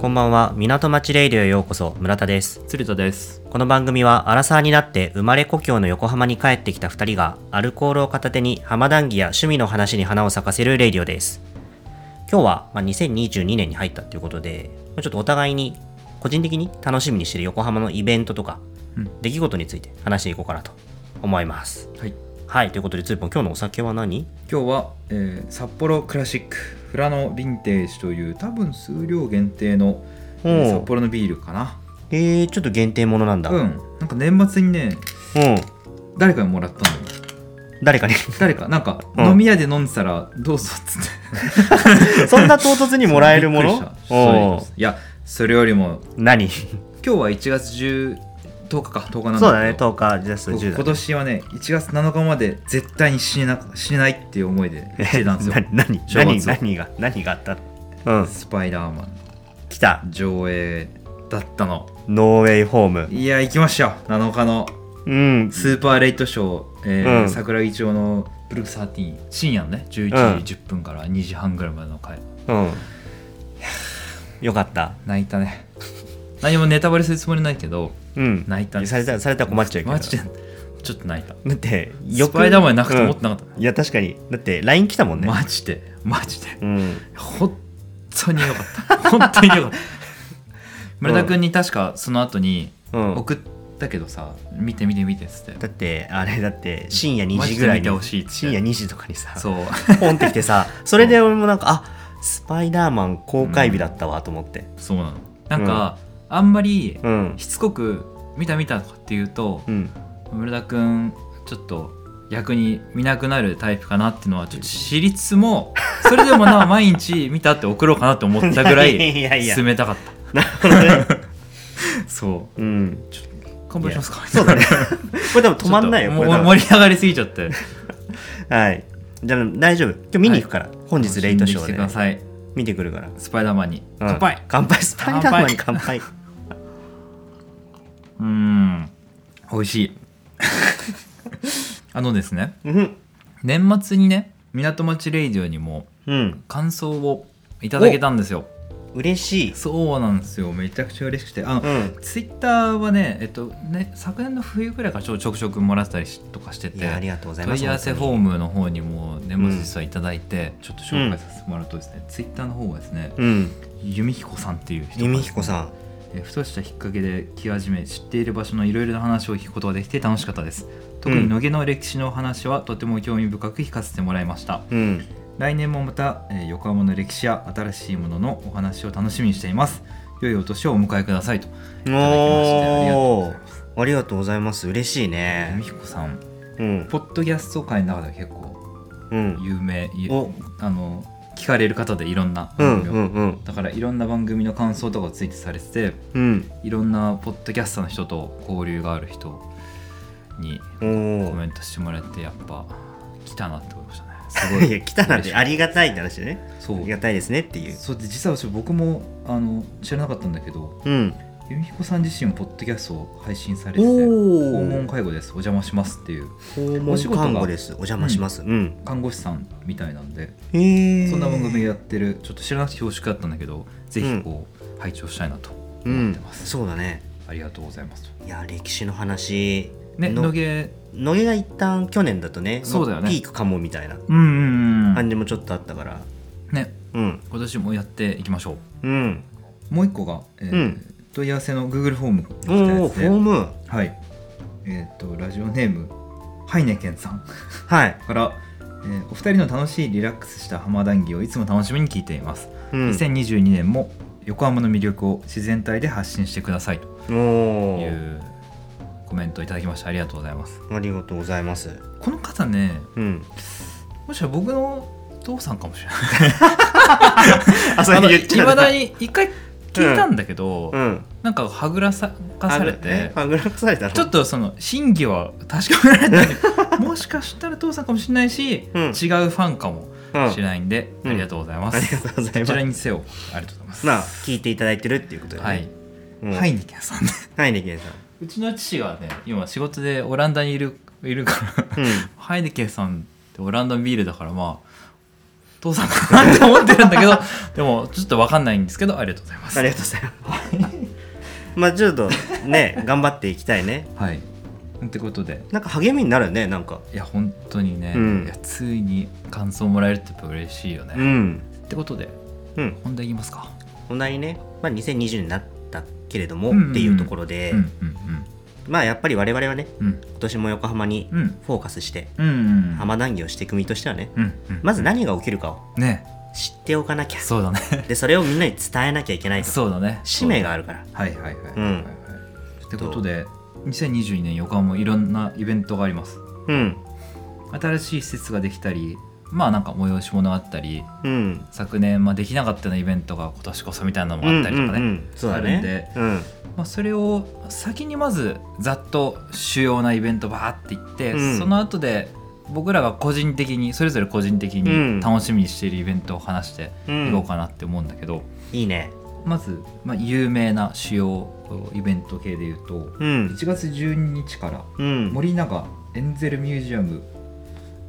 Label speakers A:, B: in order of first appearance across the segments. A: こんばんは港町レイディオへようこそ村田です
B: 鶴田です
A: この番組はアラサーになって生まれ故郷の横浜に帰ってきた2人がアルコールを片手に浜談義や趣味の話に花を咲かせるレイディオです今日は、まあ、2022年に入ったということでまあちょっとお互いに個人的に楽しみにしている横浜のイベントとか、
B: うん
A: 出来事について話していこうかなと思います
B: はい
A: はいということでつーぽん今日のお酒は何
B: 今日は、えー札幌クラシックフラノヴィンテージという多分数量限定の、えー
A: おう
B: 札幌のビールかな
A: えー、ちょっと限定ものなんだ
B: うんなんか年末にね
A: うん
B: 誰かにもらったのよ
A: 誰か に
B: 誰かなんか
A: うん
B: 飲み屋で飲んでたらどうぞっつって
A: そんな唐突に もらえるも
B: びっ
A: の
B: くりしたそうですいやそれよりも
A: おう何
B: 今日は1月10 10日か10日なんだけ
A: そ
B: ど
A: うだね10日ジャスト10
B: 今年はね1月7日まで絶対に死ねな死ねないっていう思いでしてたんですよ
A: えな 何
B: 正
A: 何
B: 月を
A: 何が何があったのうん
B: スパイダーマン
A: 来た
B: 上映だったの
A: ノーウェイホーム
B: いや行きましたよ7日の
A: うん
B: スーパーレイトショー、えー
A: うん
B: 桜木町のブルックス13深夜のね11時10分から2時半ぐらいまでの回
A: うんよかった
B: 泣いたね 何もネタバレするつもりないけど
A: うん
B: 泣いたんです
A: されたされたら困っちゃうけど
B: マジでちょっと泣いた
A: だって
B: スパイダーマン泣くと思って
A: た
B: なかっ
A: いや確かにだって LINE 来たもん
B: た、
A: ね
B: マジでマジで
A: うん
B: 本当によ かった本当によかった村田君に確かその後に
A: うん
B: 送ったけどさ見て見て見てっつって
A: だってあれだって深夜2
B: マ
A: 時
B: ジ
A: ぐ
B: で
A: らい
B: 見
A: に
B: てほしいっつって
A: 深夜2時とかにさ
B: そう
A: ポンってきてさそれで俺もなんかあスパイダーマン公開日だったわと思って
B: そうなのなんか、あんまり
A: うん
B: しつこく見た見たとかっていうと
A: う、ん
B: 村田くんちょっと逆に見なくなるタイプかなっていうのはちょっと知りつつもそれでもな毎日見たって送ろうかなって思ったぐ ら
A: いやいやい
B: い
A: や
B: 進めたかった
A: なるほどね
B: そう
A: うん
B: 乾杯しますか
A: そうだね これ多分止まんないよ
B: ちょ
A: こ
B: っ
A: れ
B: と
A: 多
B: もう
A: 分
B: 盛り上がりすぎちゃって
A: はいじゃあ大丈夫今日見に行くから、本日レイトショーで
B: 楽しんできてく
A: ね、
B: ださい
A: 見てくるから、うん
B: スパイダーマンに、乾杯
A: 乾杯スパイダーマンに乾杯
B: うーん美味し いあのですね
A: うん
B: 年末にね港町レイディオにも
A: うん
B: 感想をいただけたんですよ
A: 嬉しい
B: そうなんですよめちゃくちゃ嬉しくてあの、
A: うん
B: ツイッターはねえっとね昨年の冬ぐらいからちょちょくちょくもらったりしとかして
A: い
B: て
A: やありがとうございま
B: 問
A: す
B: い合わせフォー
A: 本
B: ムの方にも年末実はいただいて、ちょっと紹介させてもらうとですね、ツイッターの方はですね
A: 当にうん
B: 由美彦さんっていう人がですね
A: 弓彦さん
B: えーふとしたきっかけで来始め知っている場所のいろいろな話を聞くことができて楽しかったです特
A: う
B: に
A: ん
B: 野毛の歴史のお話はとても興味深く聞かせてもらいました、
A: うん
B: 来年もまた、えー横浜の歴史や新しいもののお話を楽しみにしています良いお年をお迎えくださいと
A: お
B: だきましてありがとうご
A: お
B: ざいます
A: ーありがとうございます嬉しい
B: 由美
A: ね
B: 彦さん
A: うん
B: ポッドキャスト界の中では結構
A: うん
B: 有名ゆ
A: お
B: あの聞かれる方でいろんな
A: うん
B: 番組
A: う
B: を、
A: んうん
B: だからいろんな番組の感想とかをツイートされてて
A: うん
B: いろんなポッドキャスターの人と交流がある人に
A: お
B: コ
A: ー
B: メントしてもらってやっぱ来たなって思い ましたね
A: いや来たなんてありがたいって話ね
B: そ
A: あ
B: う
A: りがたいですねっていう
B: そうで実は私僕もあの知らなかったんだけど
A: うん
B: 由美彦さん自身もポッドキャストを配信されてて
A: お
B: 訪問介護ですお邪魔しますっていう
A: 訪
B: お
A: 問
B: 仕事が
A: 看護ですお邪魔しますうん、
B: 看護師さんみたいなんで
A: へえ
B: そんな番組やってるちょっと知らなくて恐縮だったんだけどぜひこう拝聴したいなと
A: う
B: 思っ
A: ん
B: てます、
A: そうだね
B: ありがとうございます
A: いや歴史の話
B: ね
A: の
B: 野毛
A: 野毛が一旦去年だとね
B: そうだよね
A: もピークかもみたいな
B: うんうんうん
A: 感じもちょっとあったから
B: ね
A: うん
B: 今年もやっていきましょう
A: うん
B: もう一個が、えー
A: うん
B: 問い合わせの Google フォームが来
A: お
B: た
A: お
B: や
A: ー
B: つ
A: フ
B: で、
A: ォーム
B: はいえっ、とラジオネームハイネケンさん
A: はい、
B: から、えーお二人の楽しいリラックスした浜談義をいつも楽しみに聞いています、
A: うん、
B: 2022年も横浜の魅力を自然体で発信してくださいと
A: お
B: い
A: ー
B: うコメントをいただきましたありがとうございます
A: ありがとうございます
B: この方ね
A: うん
B: もしかしたら僕の父さんかもしれない
A: あ
B: あ のいまだ
A: い
B: に一回聞いたんだけど、
A: うん
B: なんかはぐらさかされて、
A: あぐらかされたの
B: ちょっとその真偽は確かめ られないもしかしたら父さんかもしれないし、
A: うん
B: 違うファンかも
A: うん
B: しれないんで、
A: うん
B: ありがとうございま
A: ありが
B: す。
A: とうござい
B: ど
A: ます
B: ちらにせよありがとうございます。
A: まあ聞いていただいてるっていうことで、ね、
B: はい、
A: うん、
B: ハイネケンさんね。
A: はいねけんさん
B: うちの父がね今仕事でオランダにいるいるから
A: うん
B: ハイネケンさんってオランダのビールだからまあ父さんかなって思ってるんだ けどでもちょっとわかんないんですけどありがとうございます
A: ありがとうございます。まあちょっとね、頑張っていきたいね。
B: はいってことで
A: なんか励みになるね、なんか。
B: いや本当にね、
A: うん
B: いやついに感想もらえるってやっぱ嬉しいよね、
A: う
B: っ
A: ん。
B: てことで
A: うん。
B: 本題いきますか
A: 本題にね、まあ2020年になったけれども、
B: うんうんうん
A: っていうところで、
B: うん
A: まあやっぱり我々はね、
B: うんうん
A: 今年も横浜に
B: うんうん
A: フォーカスして、
B: うんうん
A: 浜談義をしていく身としてはね、
B: うんうん
A: まず何が起きるかを
B: ね
A: 知っておかなきゃ。
B: そうだね
A: で、それをみんなに伝えなきゃいけないと。
B: そうだね
A: 使命があるから。
B: はいはいはいはい
A: うん
B: はいはいってことで2022年横浜もいろんなイベントがあります
A: うん。
B: 新しい施設ができたりまあなんか催し物があったり
A: うん。
B: 昨年、まあ、できなかったようなイベントが今年こそみたいなのもあったりとかね、
A: うんうんうんそうだ
B: あるん
A: ね
B: で。
A: うん。
B: まあ、それを先にまずざっと主要なイベントバーっていって、
A: うん
B: その後で僕らが個人的にそれぞれ個人的
A: うん
B: に楽しみにしているイベントを話して
A: うん
B: いこうかなって思うんだけど、
A: いいね。
B: まず、まあ、有名な主要イベント系でいうと
A: うん。
B: 1月12日から
A: うん。
B: 森永エンゼルミュージアム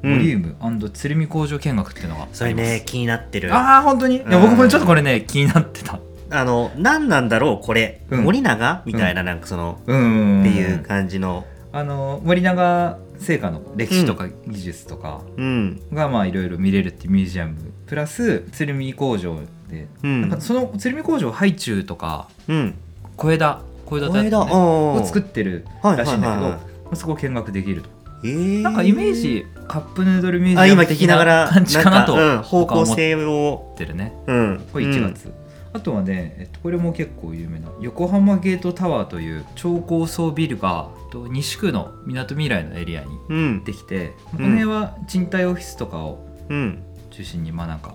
A: うん
B: ボリウム鶴見工場見学っていうのがあります
A: それね、気になってる。
B: ああ本当にいや
A: うん
B: 僕もちょっとこれね気になってた
A: あの、何なんだろう、これ。
B: うん
A: 森永みたいな、なんかその、
B: うん
A: っていう感じの。
B: あの森永製菓の歴史とか技術とか
A: うん。
B: がまあいろいろ見れるっていうミュージアムプラス鶴見工場で、
A: うん。
B: なんかその鶴見工場ハイチュウとか
A: うん。
B: 小枝小枝
A: これだ。
B: だ
A: う
B: った
A: ん
B: ねを作ってるらしいんだ
A: はいは
B: けど、
A: いはいはい
B: まあそこを見学できると
A: えー
B: なんかイメージカップヌードルミュー
A: あ、
B: ジア
A: 今
B: ム
A: 聞き
B: 的
A: ながら、
B: な感じかな
A: ん
B: と
A: かうん方
B: 僕は
A: 向
B: 思っ
A: 性を。
B: てるね
A: うん。
B: これ1月、あとはね、えっと、これも結構有名な横浜ゲートタワーという超高層ビルがえっと西区のみなとみらいのエリアに
A: うん。
B: できて、
A: ん
B: この辺は賃貸オフィスとかを
A: うん。
B: 中心にまあなんか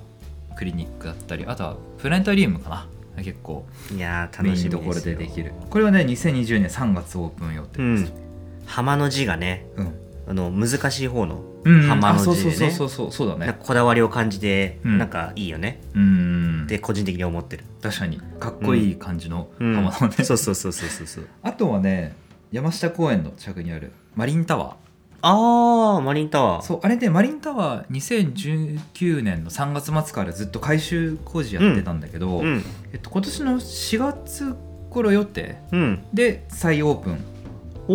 B: クリニックだったりあとはプラネタリウムかな結構
A: いやー、
B: メ
A: 楽
B: イ
A: し
B: ン
A: み
B: どこ
A: で
B: ろ
A: す
B: で
A: よ。
B: できるこれはね2020年3月オープン予定
A: う
B: です
A: ん。浜の字がね、
B: うん
A: あの、難しい方の、
B: うん
A: 浜の字でね
B: あそうそうそうそうそうだ
A: なんか
B: ね
A: こだわりを感じて、
B: うん
A: なんかいいよね。
B: うん
A: って個人的に思ってる。
B: 確かにかっこいい感じの
A: うん
B: 浜のね、
A: そうそうそうそうそう そう。
B: あとはね山下公園の近くにあるマリンタワー
A: あー、マリンタワー。
B: そうあれでマリンタワー2019年の3月末からずっと改修工事やってたんだけど、
A: うん。
B: えっと、今年の4月頃予定
A: うん。
B: で再オープン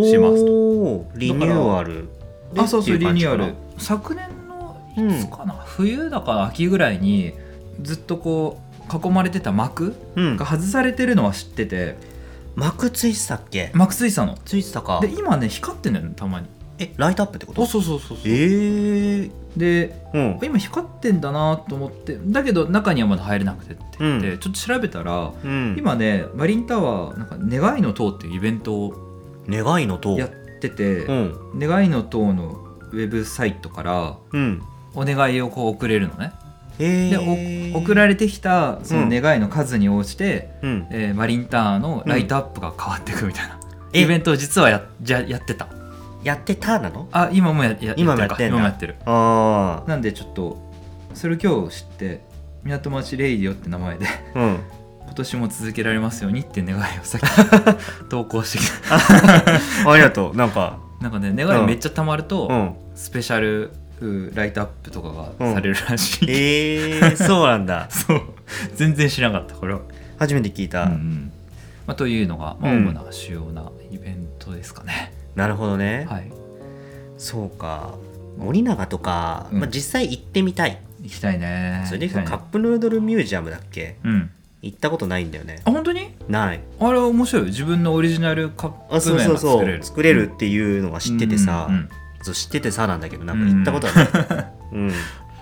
A: し
B: しますと
A: リニューアルで
B: あそうそう
A: ってい
B: リ
A: 感
B: ニ
A: じか
B: ューア
A: な
B: ル昨年のいつかな、冬だから秋ぐらいにずっとこう囲まれてた幕
A: うん
B: が外されてるのは知ってて
A: 幕ついてたっけ
B: 幕ついてたの
A: ついてたか
B: で今ね光ってんだよねたまに
A: えライトアップってこと
B: そうそうそう
A: えー
B: で
A: うん
B: 今光ってんだなと思ってだけど中にはまだ入れなくてって言って、
A: う
B: ちょっと調べたら
A: うん
B: 今ねマリンタワーなんか願いの塔っていうイベントを
A: 願いの塔
B: やってて、
A: うん
B: 願いの塔のウェブサイトから
A: うん
B: お願いをこう送れるのね
A: え
B: で
A: ー、
B: お送られてきたその願いの数に応じて、
A: うん
B: えーマリンタワーのライトアップが変わっていくみたいな、
A: え
B: イベントを実はやじゃやってた
A: やってたなの
B: あ今もやや
A: 今も
B: る
A: や
B: か
A: ってんだ
B: 今もやってる
A: あ
B: なんでちょっとそれを今日知って港町レイディオって名前で
A: あうん
B: 今年も続けられますようにって願いをさっき 投稿してきた
A: ありが とうなんか
B: なんかね願いめっちゃたまると、
A: うん
B: スペシャルうライトアップとかがされるらしい、
A: えー、そうなんだ
B: そう全然知らなかったこれは、
A: 初めて聞いた、
B: うんうんまあ、というのが、まあ、
A: うん
B: 主な主要なイベントですかね、
A: なるほどね、
B: はい
A: そうか森永とか、
B: うん
A: まあ、実際行ってみたい
B: 行きたいね
A: それで
B: 行きた
A: カ
B: いね
A: ップヌードルミュージアムだっけ
B: うん
A: 行ったことないんだよね
B: あ本当に
A: ない
B: あれは面白いよ自分のオリジナルカッ
A: あ
B: プ
A: そう
B: 麺
A: そう
B: が
A: そう
B: 作
A: 作
B: れ
A: れ
B: る
A: るっていうのは知っててさ、
B: うんうんうん
A: そう知っててさなんだけどなんか行ったことはない、うん
B: ま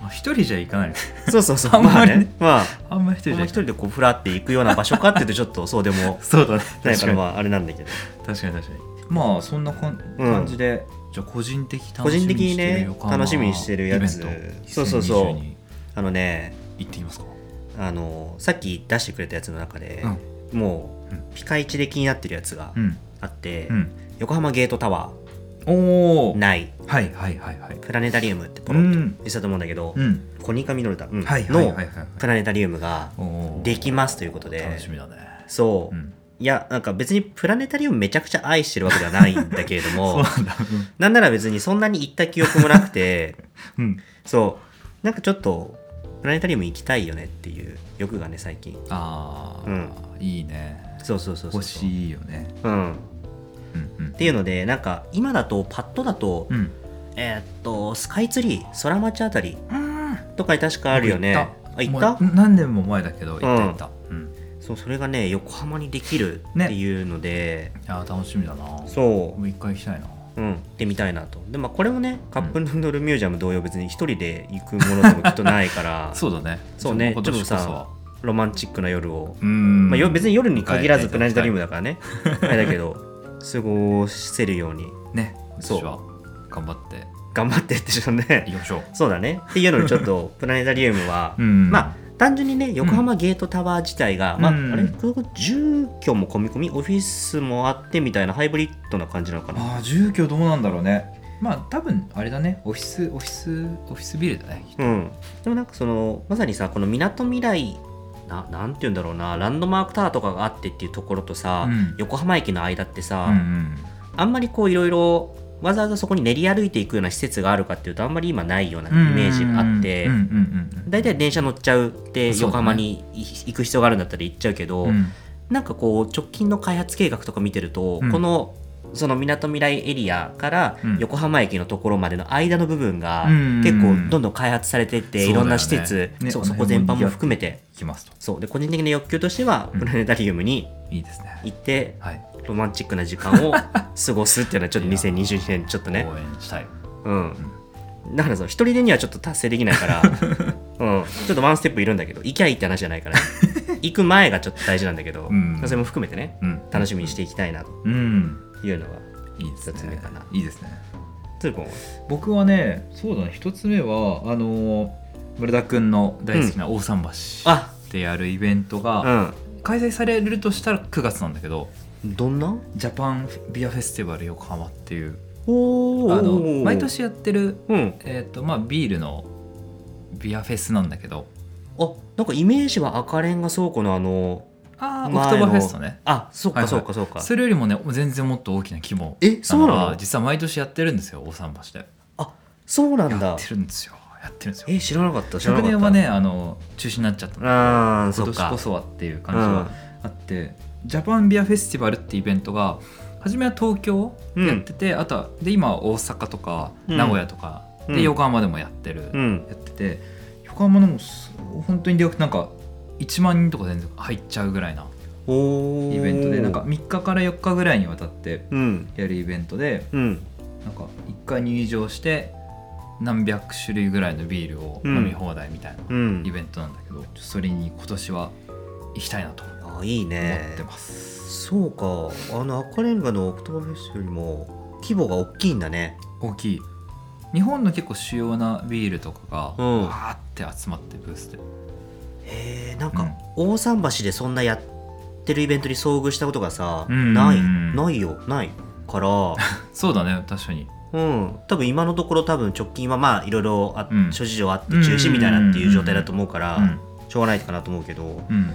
B: あ一人じゃ行かない
A: そうそうそう
B: あん
A: ま
B: ま
A: あ
B: りね
A: ねまあ
B: あんまり
A: こ
B: 一人
A: ん
B: じゃ
A: な一
B: 行かな
A: 人
B: い
A: でこうふらって行くような場所かっていうとちょっとそうでも
B: そうだね
A: ない か
B: 確からに
A: まああれなんだけど
B: 確かに確かにまあそんなかん
A: うん
B: 感じで、じゃあ個人的
A: 個人的にね
B: 楽
A: 楽
B: し
A: し
B: み
A: み
B: に
A: に
B: し
A: してて
B: る
A: るや
B: 横浜
A: つ
B: イベント
A: そうそうそう
B: 2022に
A: あのね
B: 行ってきますか
A: あのさっき出してくれたやつの中で、もう、
B: うん
A: ピカイチで気になってるやつが
B: うん
A: あって、
B: うん
A: 横浜ゲートタワ
B: おお
A: ーない
B: はいはいはいはい
A: プラネタリウムってポロッと言ってたと思うんだけど、
B: うん
A: コニカミノルタ、うん
B: はいはいはい
A: の
B: はいはい
A: プラネタリウムが
B: おー
A: できますということで
B: 楽しみだね
A: そう、
B: うん
A: いやなんか別にプラネタリウムめちゃくちゃ愛してるわけではないんだけれど
B: そう
A: も
B: なんだ
A: なんなら別にそんなに行った記憶もなくて
B: うん
A: そうなんかちょっとプラネタリウム行きたいよねっていう欲がね最近
B: ああ、いいね
A: そうそうそうそう
B: 欲しいよね
A: うん、っ
B: うんうん
A: ていうのでなんか今だとパッとだと、
B: うん
A: えーっとスカイツリー空町あたり
B: うん
A: とかに確かあるよねあ行った
B: もう何年も前だけど行った
A: うん
B: 行った、うん
A: そうそれがね横浜にできる
B: ね
A: っていうので、
B: いやー楽しみだなも
A: そう
B: 一回行きたいな
A: う、うん、行ってみたいなとで、まあ、これもねカップヌードルミュージアム同様別に一人で行くものでもきっとないから
B: そうだね
A: そうね
B: 今年こそ
A: ちょっと
B: は
A: さロマンチックな夜を
B: う、ん
A: まあ、よ別に夜に限らず
B: はい
A: プラネタリウムだからねあれだけど過ごせるように
B: ね
A: そう
B: 今年は頑張って
A: 頑張ってってしょう
B: 行
A: ね
B: きましょう
A: そうだねっていうのでちょっとプラネタリウムは、
B: うん
A: まあ単純にね横浜ゲートタワー自体が、
B: うん
A: まあ、
B: うん
A: あれ空港住居も込み込みオフィスもあってみたいなハイブリッドな感じなのかな
B: あー住居どうなんだろうねまあ多分あれだねオフィスオフィスオフィスビルだね
A: うん、でもなんかそのまさにさこのみなとみらいななんて言うんだろうなランドマークタワーとかがあってっていうところとさ、
B: うん
A: 横浜駅の間ってさ、
B: うん
A: あんまりこういろいろわざわざそこに練り歩いていくような施設があるかっていうとあんまり今ないようなイ
B: うん
A: メージがあって
B: うんうん
A: 大体、電車乗っちゃうって
B: そう
A: 横
B: だね
A: 浜に行く必要があるんだったら行っちゃうけど、
B: うんうんうん
A: なんかこう直近の開発計画とか見てると、
B: うん
A: このそのみなとみらいエリアから
B: うん
A: 横浜駅のところまでの間の部分が
B: うん
A: 結構どんどん開発されてっ
B: そうだ
A: て
B: よね
A: いろんな施設
B: ね
A: そう
B: あの
A: そこ全般
B: 辺も
A: も含めて
B: 行きますと
A: そうで個人的な欲求としては
B: うん
A: プラネタリウムに
B: いいですね
A: 行って
B: はい
A: ロマンチックな時間 を過ごすっていうのはちょっと
B: いやー
A: 2022年ちょっとね
B: 応援したい
A: うんだからその一人でにはちょっと達成できないから うんちょっとワンステップいるんだけど行きゃいいって話じゃないから ね行く前がちょっと大事なんだけど
B: うん
A: それも含めてね
B: うん
A: 楽しみにしていきたいなと
B: うん
A: いうのが
B: いいです
A: 二つ目
B: ね
A: かない
B: いですね
A: つーぽんは
B: 僕はねそうだね一つ目はあのー村田君の大好きな大桟橋
A: あ
B: でやるイベントが開催されるとしたら9月なんだけど
A: うんどんな
B: ジャパンビアフェスティバル横浜っていう
A: おー
B: あの毎年やってる、
A: うん
B: えーとまあ、ビールのビアフェスなんだけど
A: あなんかイメージは赤レンガ倉庫のあの
B: ああオ
A: 前の
B: クトーバーフェストね
A: あそう
B: はい
A: か
B: はい
A: そうかそうか
B: それよりもね全然もっと大きな規模
A: えそうなの
B: が実は毎年やってるんですよ大桟橋で
A: そうなん
B: や
A: だ
B: ってるんですよやってるんですよ
A: え知らなかった知ら
B: 昨
A: なかった
B: 年はねあの中止になっちゃったんだけど
A: あーそ
B: 今
A: っ
B: 年
A: か
B: こそはっていう感じがあって、ジャパンビアフェスティバルってイベントが初めは東京
A: うん
B: やってて、あとはで今は大阪とか
A: うん
B: 名古屋とか、
A: うん
B: で横浜でもやってる、
A: う
B: や
A: ん
B: ってて横浜のもす本当にでなんか1万人とか全然入っちゃうぐらいな
A: おー
B: イベントでなんか3日から4日ぐらいにわたって
A: うん
B: やるイベントで
A: うん
B: なんか1回入場して何百種類ぐらいのビールを飲み放題みたいな
A: う
B: イ
A: ん
B: ベントなんだけど、それに今年は行きたいなと思
A: あいい
B: っ
A: ね
B: てます、
A: そうかあの赤レンガのオクトーバーフェストよりも規模が大きいんだね
B: 大きい日本の結構主要なビールとかが
A: うん
B: わーって集まってブースで
A: へえんか大桟橋でそんなやってるイベントに遭遇したことがさ、
B: うん
A: ない
B: うん
A: ないよない から、
B: そうだね確かに
A: うん、多分今のところ多分直近はまあいろいろあ
B: うん
A: 諸事情あって中止みたいなっていう状態だと思うから、
B: うん
A: しょうがないかなと思うけど
B: うん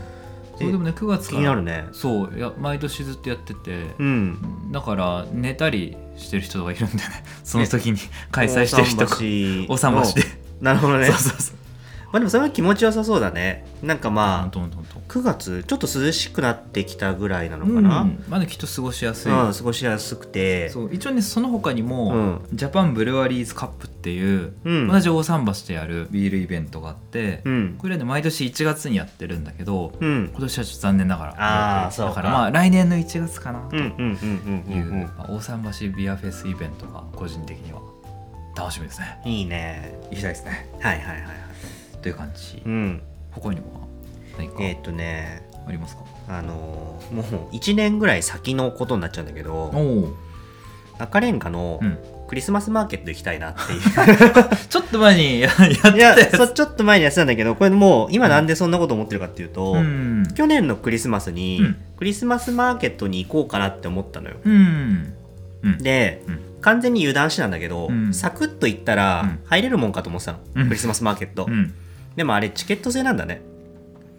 B: そうでもね9
A: 気
B: 月から
A: になるね
B: そういや毎年ずっとやってて、
A: うん
B: だから寝たりしてる人がいるんでね その時に開催してる人がお
A: 大
B: さ
A: 桟橋
B: ましで
A: おなるほどね
B: そうそうそう
A: まあでもそれは気持ちよさそうだねなんか
B: ほん
A: まあ
B: とほんとほんと
A: 9月ちょっと涼しくなってきたぐらいなの
B: う
A: か
B: ん
A: な、うん
B: まだきっと過ごしやすい、
A: 過ごしやすくて
B: そう一応ねその他にも、
A: うん
B: ジャパンブルワリーズカップっていう、
A: うん
B: 同じ大桟橋でやるビールイベントがあって、
A: うん
B: これはね毎年1月にやってるんだけど、
A: うん
B: 今年はちょっと残念ながら
A: あーそうか
B: だからまあ来年の1月かな
A: うんうんうんうん
B: と
A: う
B: い
A: ん
B: う、
A: うん
B: まあ大桟橋ビアフェスイベントが個人的には楽しみですね
A: いいね
B: 行きたいですね
A: はいはいはいはい
B: という感じ、
A: うん
B: 他にも何か
A: えーっとね
B: ありますか、
A: あのーもう1年ぐらい先のことになっちゃうんだけ
B: お
A: ど
B: お、
A: 赤レンガの
B: うん、
A: クリスマスマーケット行きたいなっていう、
B: ちょっと前に ややって
A: いやそうちょっと前にやってたんだけどこれもう今なんでそんなこと思ってるかっていうと、
B: うん
A: 去年のクリスマスに
B: うん
A: クリスマスマーケットに行こうかなって思ったのよ
B: うんうん
A: で、
B: うん
A: 完全に油断してたんだけど、
B: うん
A: サクッと行った
B: う
A: ら
B: ん
A: 入れるもんかと思ってたの、
B: うん
A: クリスマスマーケット、
B: うん
A: でもあれチケット制なんだね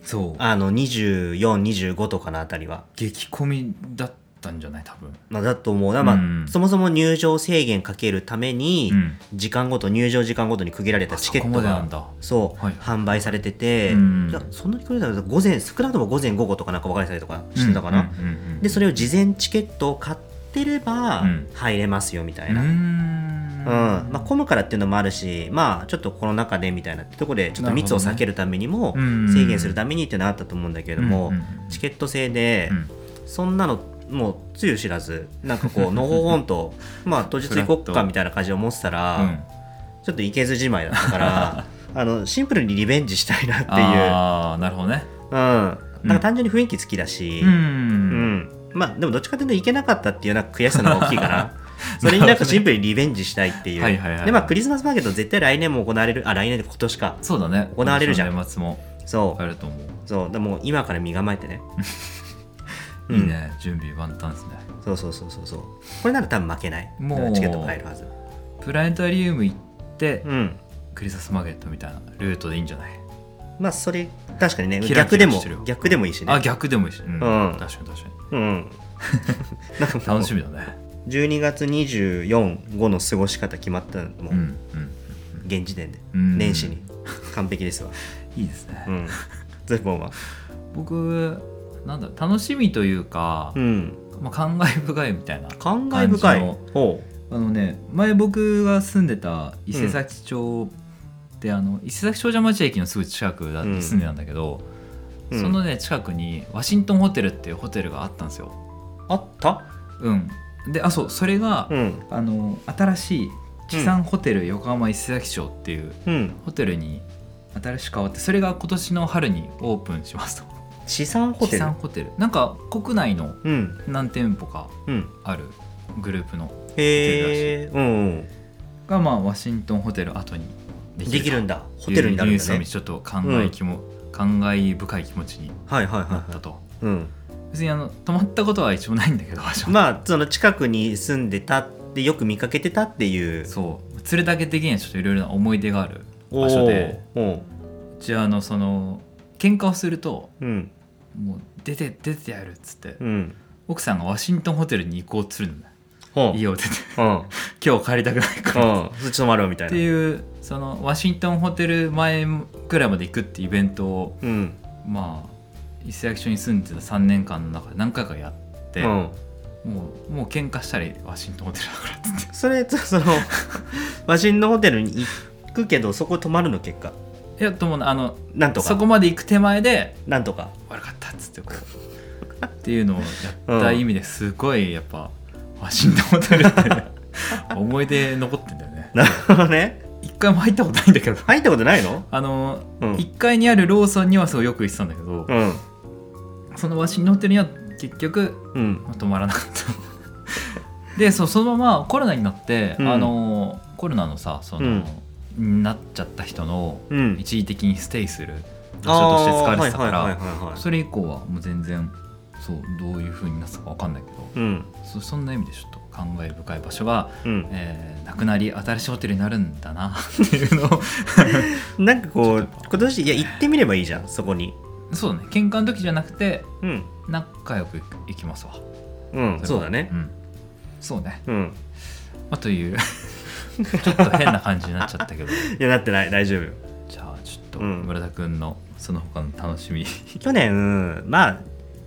B: そう
A: あの2425とかのあたりは
B: 激混みだっったんじゃない多分
A: まあ、だと思うな、まあ
B: うん
A: そもそも入場制限かけるために、
B: うん
A: 時間ごと入場時間ごとに区切られたチケッ
B: あそこ
A: ト
B: までな
A: が
B: んだ
A: そう、
B: はい
A: 販売されてて、
B: うん
A: いやそんなにくらいだと午前少なくとも午前午後とかなんか分かれたりとかしてたかな、
B: うんうんうんうん
A: でそれを事前チケットを買ってれば
B: うん
A: 入れますよみた
B: う
A: い
B: ー
A: な、うん
B: ん
A: まあ、混むからっていうのもあるしまあちょっとコロナ禍でみたいなところでちょっと密を避けるためにも、
B: なるほどねうん
A: 制限するためにっていうのはあったと思うんだけれども、
B: うんうんうん
A: チケット制で、
B: うん
A: そんなのもうつゆ知らずなんか こうのほほんとまあ当日行こっかみたいな感じで思ってたら、
B: うん
A: ちょっと行けずじまいだったから あのシンプルにリベンジしたいなっていう
B: ああなるほどね
A: うん、なんか単純に雰囲気好きだし、
B: う
A: うんんまあでもどっちかというと行けなかったっていうなんか悔しさの方が大きい かなそれになんかシンプルにリベンジしたいっていう
B: はいはいはい
A: でまあクリスマスマーケット絶対来年も行われるあ来年で今年か
B: そうだね
A: 行われるじゃん
B: 今年の年末も
A: そう、
B: あると思う
A: そうでも今から身構えてね
B: いいね準備万端ですね
A: うん、そうそうそうそうそうこれなら多分負けない
B: もう
A: だからチケット買えるはず
B: プラネタリウム行って
A: うん
B: クリスマスマーケットみたいなルートでいいんじゃない
A: まあそれ確かにね
B: キラ
A: 逆
B: キラ
A: でも
B: してる
A: 逆でもいいしね
B: あ逆でもいいしうん
A: うん
B: 確かに確か
A: う
B: に
A: ん なんかもう
B: 楽しみだね
A: 12月24後の過ごし方決まったのも
B: うんうん
A: 現時点で、
B: うん
A: 年始に完璧ですわ
B: いいですね
A: うんズボンは
B: 僕なんだ楽しみというか
A: うん
B: まあ感慨深いみたいな
A: 感慨深い
B: 感
A: ほ
B: あのね前僕が住んでた伊勢崎町で、あの伊勢崎少女町駅のすぐ近くだ
A: うん
B: 住んでたんだけど、
A: う、うん
B: そのね近くにワシントンホテルっていうホテルがあったんですよ。
A: あった
B: うん、であそうそれが、
A: うん
B: あの新しい地産ホテル横浜伊勢崎町っていう
A: うん
B: ホテルに新しく変わってそれが今年の春にオープンしますと。
A: 地産ホ
B: 地
A: テル
B: 産ホテルなんか国内の
A: うん
B: 何店舗か
A: うん
B: あるグループの
A: へえうんうん
B: がまあワシントンホテル後にで
A: できるん
B: だ
A: だホテルになるん
B: ニュースを
A: だ
B: 見
A: ね
B: てちょっと感慨気も、感慨深い気持ちに
A: はいはいは
B: なっ
A: いは
B: た
A: い
B: と、
A: うん
B: 別にあの泊まったことは一応ないんだけど場所は
A: まあその近くに住んでたってよく見かけてたっていう
B: そう連れだけ的にはちょっといろいろな思い出がある
A: お
B: 場所で
A: ーおう
B: うちはあのその喧嘩をすると
A: うん
B: もう出て出てやるっつって、
A: うん
B: 奥さんがワシントンホテルに行こうっつるんだよ
A: ほう
B: 家を出て
A: うん
B: 今日帰りたくないからっつって
A: うんそっち泊まるみたい
B: っ
A: な
B: ていうそのワシントンホテル前くらいまで行くってイベントを
A: うん
B: まあ伊勢崎町に住んでた3年間の中で何回かやって、
A: うん
B: もうもう喧嘩したりワシントンホテルだからっつって
A: それその ワシントンホテルに行くけどそこ泊まるの結果
B: いやともあの
A: なんと
B: そこ
A: か
B: まで行く手前で
A: なんとか
B: 悪かったっつってこうっていうのをやった意味ですごいやっぱワシントンホ テルって思い出残ってんだよね
A: なるほどね
B: 一回も入ったことないんだけど
A: 入ったことないの
B: あの、
A: うん
B: 1階にあるローソンにはすごいよく行ってたんだけど、
A: うん
B: そのワシントンホテルには結局
A: うん
B: 止まらなかったでそうそのままコロナになって、
A: うん
B: あのコロナのさその、なっちゃった人の
A: うん
B: 一時的にステイする場所として使われてたか
A: あ
B: ら、
A: ーはいはいはいはいはい
B: それ以降はもう全然そうどういう風になったか分かんないけど
A: うん
B: そそんな意味でちょっと感慨深い場所が、
A: うん
B: えーなくなり新しいホテルになるんだな ってい うのを
A: なんかこ
B: ちょ
A: う
B: っ
A: 今年いや行ってみればいいじゃんそこに
B: そうだね喧嘩の時じゃなくて
A: うん
B: 仲良く行きますわ
A: うんそうだね
B: んそうね
A: うん
B: まあ、という ちょっと変な感じになっちゃ ったけど
A: いやなってない大丈夫
B: じゃあちょっと
A: うん
B: 村田君のその他の楽 しみ
A: 去年まあ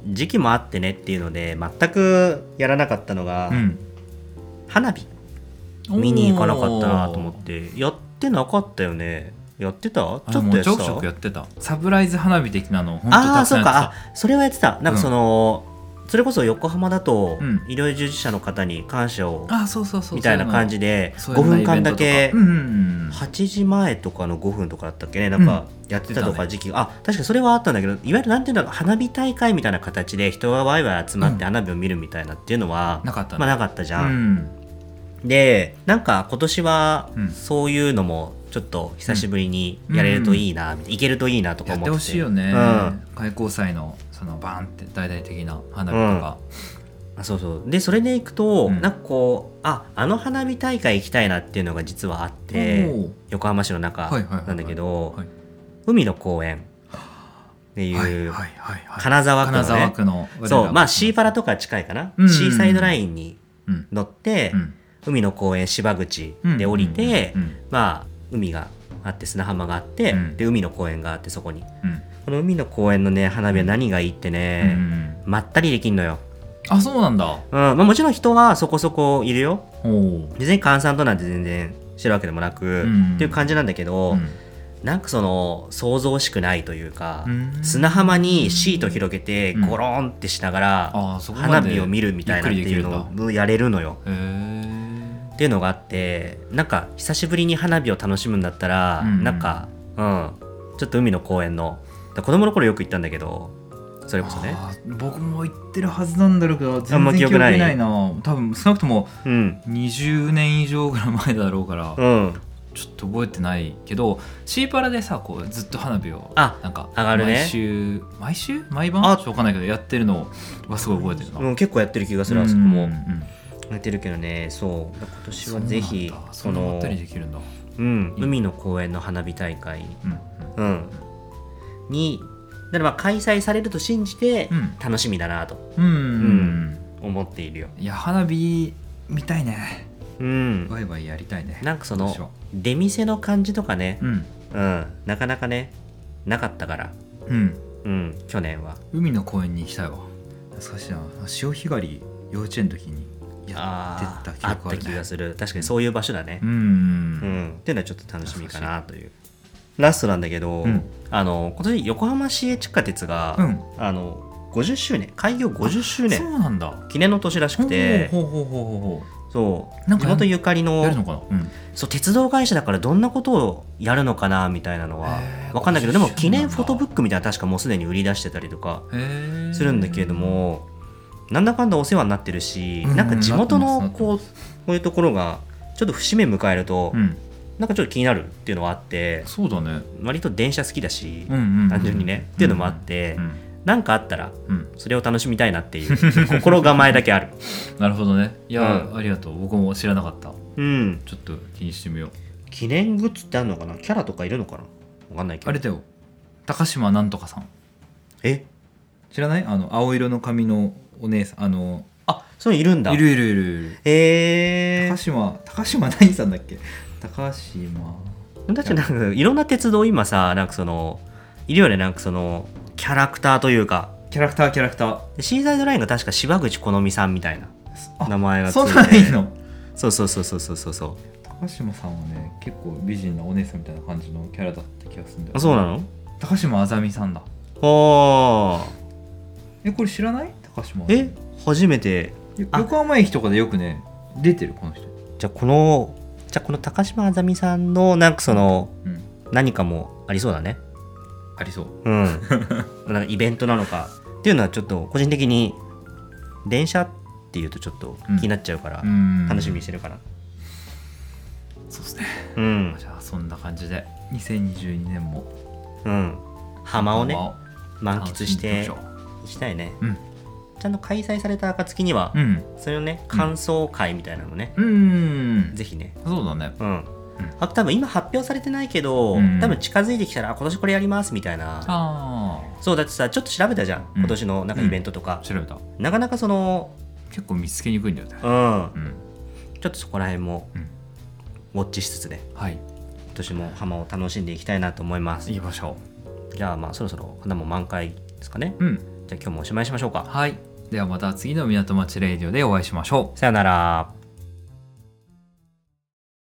A: 時期もあってねっていうので全くやらなかったのが、花火見に行かなかったなと思ってやってなかったよねやってた
B: ち
A: ちょっ
B: ょっ
A: と
B: と
A: や
B: や
A: っ
B: ち
A: て
B: ょくちょく
A: た
B: やってたサプライズ花火的なの本当
A: ああ
B: た
A: ー
B: くさ
A: そう
B: んやって
A: か
B: た
A: あそれはやってたなんかその、それこそ横浜だと、
B: うん
A: 医療従事者の方に感謝を
B: あーそうそうそう
A: みたいな感じ
B: で
A: で5分間だけ
B: うんうん
A: 8時前とかの5分とかだったっけねなんかやってたと
B: やってた
A: か時期が、あ確かそれはあったんだけどいわゆるなんていうんだろう花火大会みたいな形で人がワイワイ集まって花火を見るみたいなっていうのは、
B: なかったね
A: まあ、なかったじゃ、
B: うんん
A: でなんか今年は
B: うん
A: そういうのもちょっと久しぶりにやれるといいな、いけるといいなとか
B: やっ
A: 思って
B: てほしいよね
A: うん
B: 開校祭のそのバーンって大々的な花火とか
A: あそうそうでそれでいくと、
B: うん
A: なんかこうああの花火大会行きたいなっていうのが実はあって
B: おー
A: 横浜市の中
B: はいはいはいはい
A: なんだけど
B: はい
A: 海の公園っていう、
B: はいはいはいはい
A: 金沢区の
B: 金
A: ね
B: 沢区の我ら
A: そうまあシーパラとか近いかな、
B: うんうん
A: シーサイドラインに
B: うん
A: 乗って、
B: うん
A: 海の公園芝口
B: うん
A: で降りて、
B: うん
A: まあ海があって砂浜があって、
B: うん
A: で海の公園があってそこに
B: うん
A: この海の公園のね花火は何がいいって
B: うんう
A: ね、
B: ん
A: まったりできんのよ、
B: あそうなんだ
A: うんまあ、もちろん人はそこそこいるよ
B: おお
A: 別に閑散となんて全然してるわけでもなく、
B: ん
A: っていう感じなんだけど、
B: うん
A: なんかその想像しくないというか、
B: うん
A: 砂浜にシート広げて
B: うん
A: ゴロンってしながら、
B: あーそこまで
A: 花火を見るみたいなっていうのをやれるのよ。
B: へえ
A: っていうのがあってなんか久しぶりに花火を楽しむんだったら、
B: うん
A: なんか、うん、ちょっと海の公園のだ子供の頃よく行ったんだけどそれこそね。
B: あー僕も言ってるはずなんだろうけど
A: あん
B: 全
A: ま記
B: 然記
A: 憶
B: 憶
A: ない
B: ないな多分少なくとも
A: うん、
B: 20年以上ぐらい前だろうから
A: うん、
B: ちょっと覚えてないけどシーパラでさこうずっと花火を
A: あ
B: なんか
A: 上がるね
B: 毎週毎週毎晩
A: あ
B: ちょっとわかんないけどやってるのはすごい覚えてるな、
A: うん結構やってる気がするあそこもやってるけどねそう今年はぜひ
B: そ
A: そ
B: のま
A: の
B: ったりできるんだ、
A: うん、海の公園の花火大会、
B: うんうん
A: うん、にならば開催されると信じて
B: うん
A: 楽しみだなと
B: うん
A: 思っているよ。
B: いや花火見たいね
A: うん、
B: ワイワイやりたいね
A: なんかそ
B: ど
A: の
B: うしよ
A: 出店の感じとかね
B: う、うん
A: うん、なかなかねなかったから、
B: うん
A: うん、去年は。
B: 海の公園に行きたいわ懐かしいな潮干狩り幼稚園の時にや
A: あ
B: ってた記
A: ーあっ
B: 憶あ
A: た
B: る
A: 気
B: ね
A: がする確かにそういう場所だね
B: う、ん
A: うん
B: うん
A: っていうのはちょっと楽しみかなというラストなんだけど、
B: うん
A: あの今年横浜市営地下鉄が、
B: うん
A: あの50周年開業50周
B: そ
A: 年
B: うなんだ
A: 記念の年らしくて
B: ほうほうほうほうほ
A: そう
B: なんか
A: 地元ゆかり
B: う
A: の
B: やるのかな、うん、
A: そう鉄道会社だからどんなことをやるのかなみたいなのは
B: へー
A: 分かんないけどで
B: 50
A: も
B: 周
A: 記
B: 年なんだ
A: 念フォトブックみたいなの確かもうすでに売り出してたりとか
B: へー
A: するんだけれどもなんだかんだお世話になってるし
B: うん
A: なんか地元
B: な
A: の
B: ってます
A: こうこういうところがちょっと節目迎えると
B: うん
A: なんかちょっと気になるっていうのはあって
B: そうだね
A: 割と電車好きだし
B: うんうんうん
A: 単純にねっていうのもあって
B: うん
A: なんかあったら
B: うん
A: それを楽しみたいなっていう心構えだけ ある。
B: なるほどねいや、
A: う
B: ありがとう僕も知らなかった
A: うん、
B: ちょっと気にしてみよう
A: 記念グッズってあるのかなキャラとかいるのかなわかんないけど
B: あれだよ高島なんとかさん
A: え
B: 知らないあの青色の髪のお姉さんあの
A: あそういうのいるんだ
B: いるいるいるいる
A: え
B: 高島高島何さんだっけ高島
A: ー、だってなんかいろんな鉄道今さなんかそのいるよねなんかそのキャラクターというか
B: キャラクターキャラクター
A: でシーサイドラインが確か柴口好美さんみたいな
B: あ
A: 名前がつ
B: そん
A: い
B: な
A: て
B: にいいの
A: そうそうそうそうそうそうそう
B: 高島さんはね結構美人なお姉さんみたいな感じのキャラだった気がするんだよ
A: あそうなの
B: 高島あざみさんだ
A: あ
B: えこれ知らない高島あ
A: ー
B: ざみ
A: え初めて
B: よ
A: あ
B: 横浜駅とかでよくね出てるこの人
A: じゃあこのじゃあこの高島あざみさんのなんかその
B: うん
A: 何かもありそうだね
B: ありそう
A: う んなんかイベントなのかっていうのはちょっと個人的に電車っていうとちょっと気になっちゃうから、
B: うん
A: 楽しみにしてるかな
B: そうですね
A: うん
B: じゃあそんな感じで2022年も
A: うん、浜をね満
B: 楽
A: 喫
B: み
A: し
B: にいきま
A: て
B: ょ
A: いきたいね
B: ううん
A: ちゃんと開催された暁には、
B: うん
A: それをね感想会みたいなのね、
B: うん
A: ぜひね
B: そうだね
A: うん、あと多分今発表されてないけど、
B: うん
A: 多分近づいてきたらあ今年これやりますみたいな
B: あ
A: そうだってさちょっと調べたじゃん
B: うん
A: 今年のなんかイベントとか
B: あ、調べた
A: なかなかその
B: 結構見つけにくいんだよね
A: うん
B: うん
A: ちょっとそこら辺も
B: うん
A: ウォッチしつつね
B: はい
A: 今年も浜を楽しんでいきたいなと思います
B: 行きましょ
A: じゃあまあそろそろ花も満開ですかね
B: ううん
A: じゃあ今日もおしまいしましょうか
B: はいではまた次の港町レイディオでお会いしましょう
A: さよなら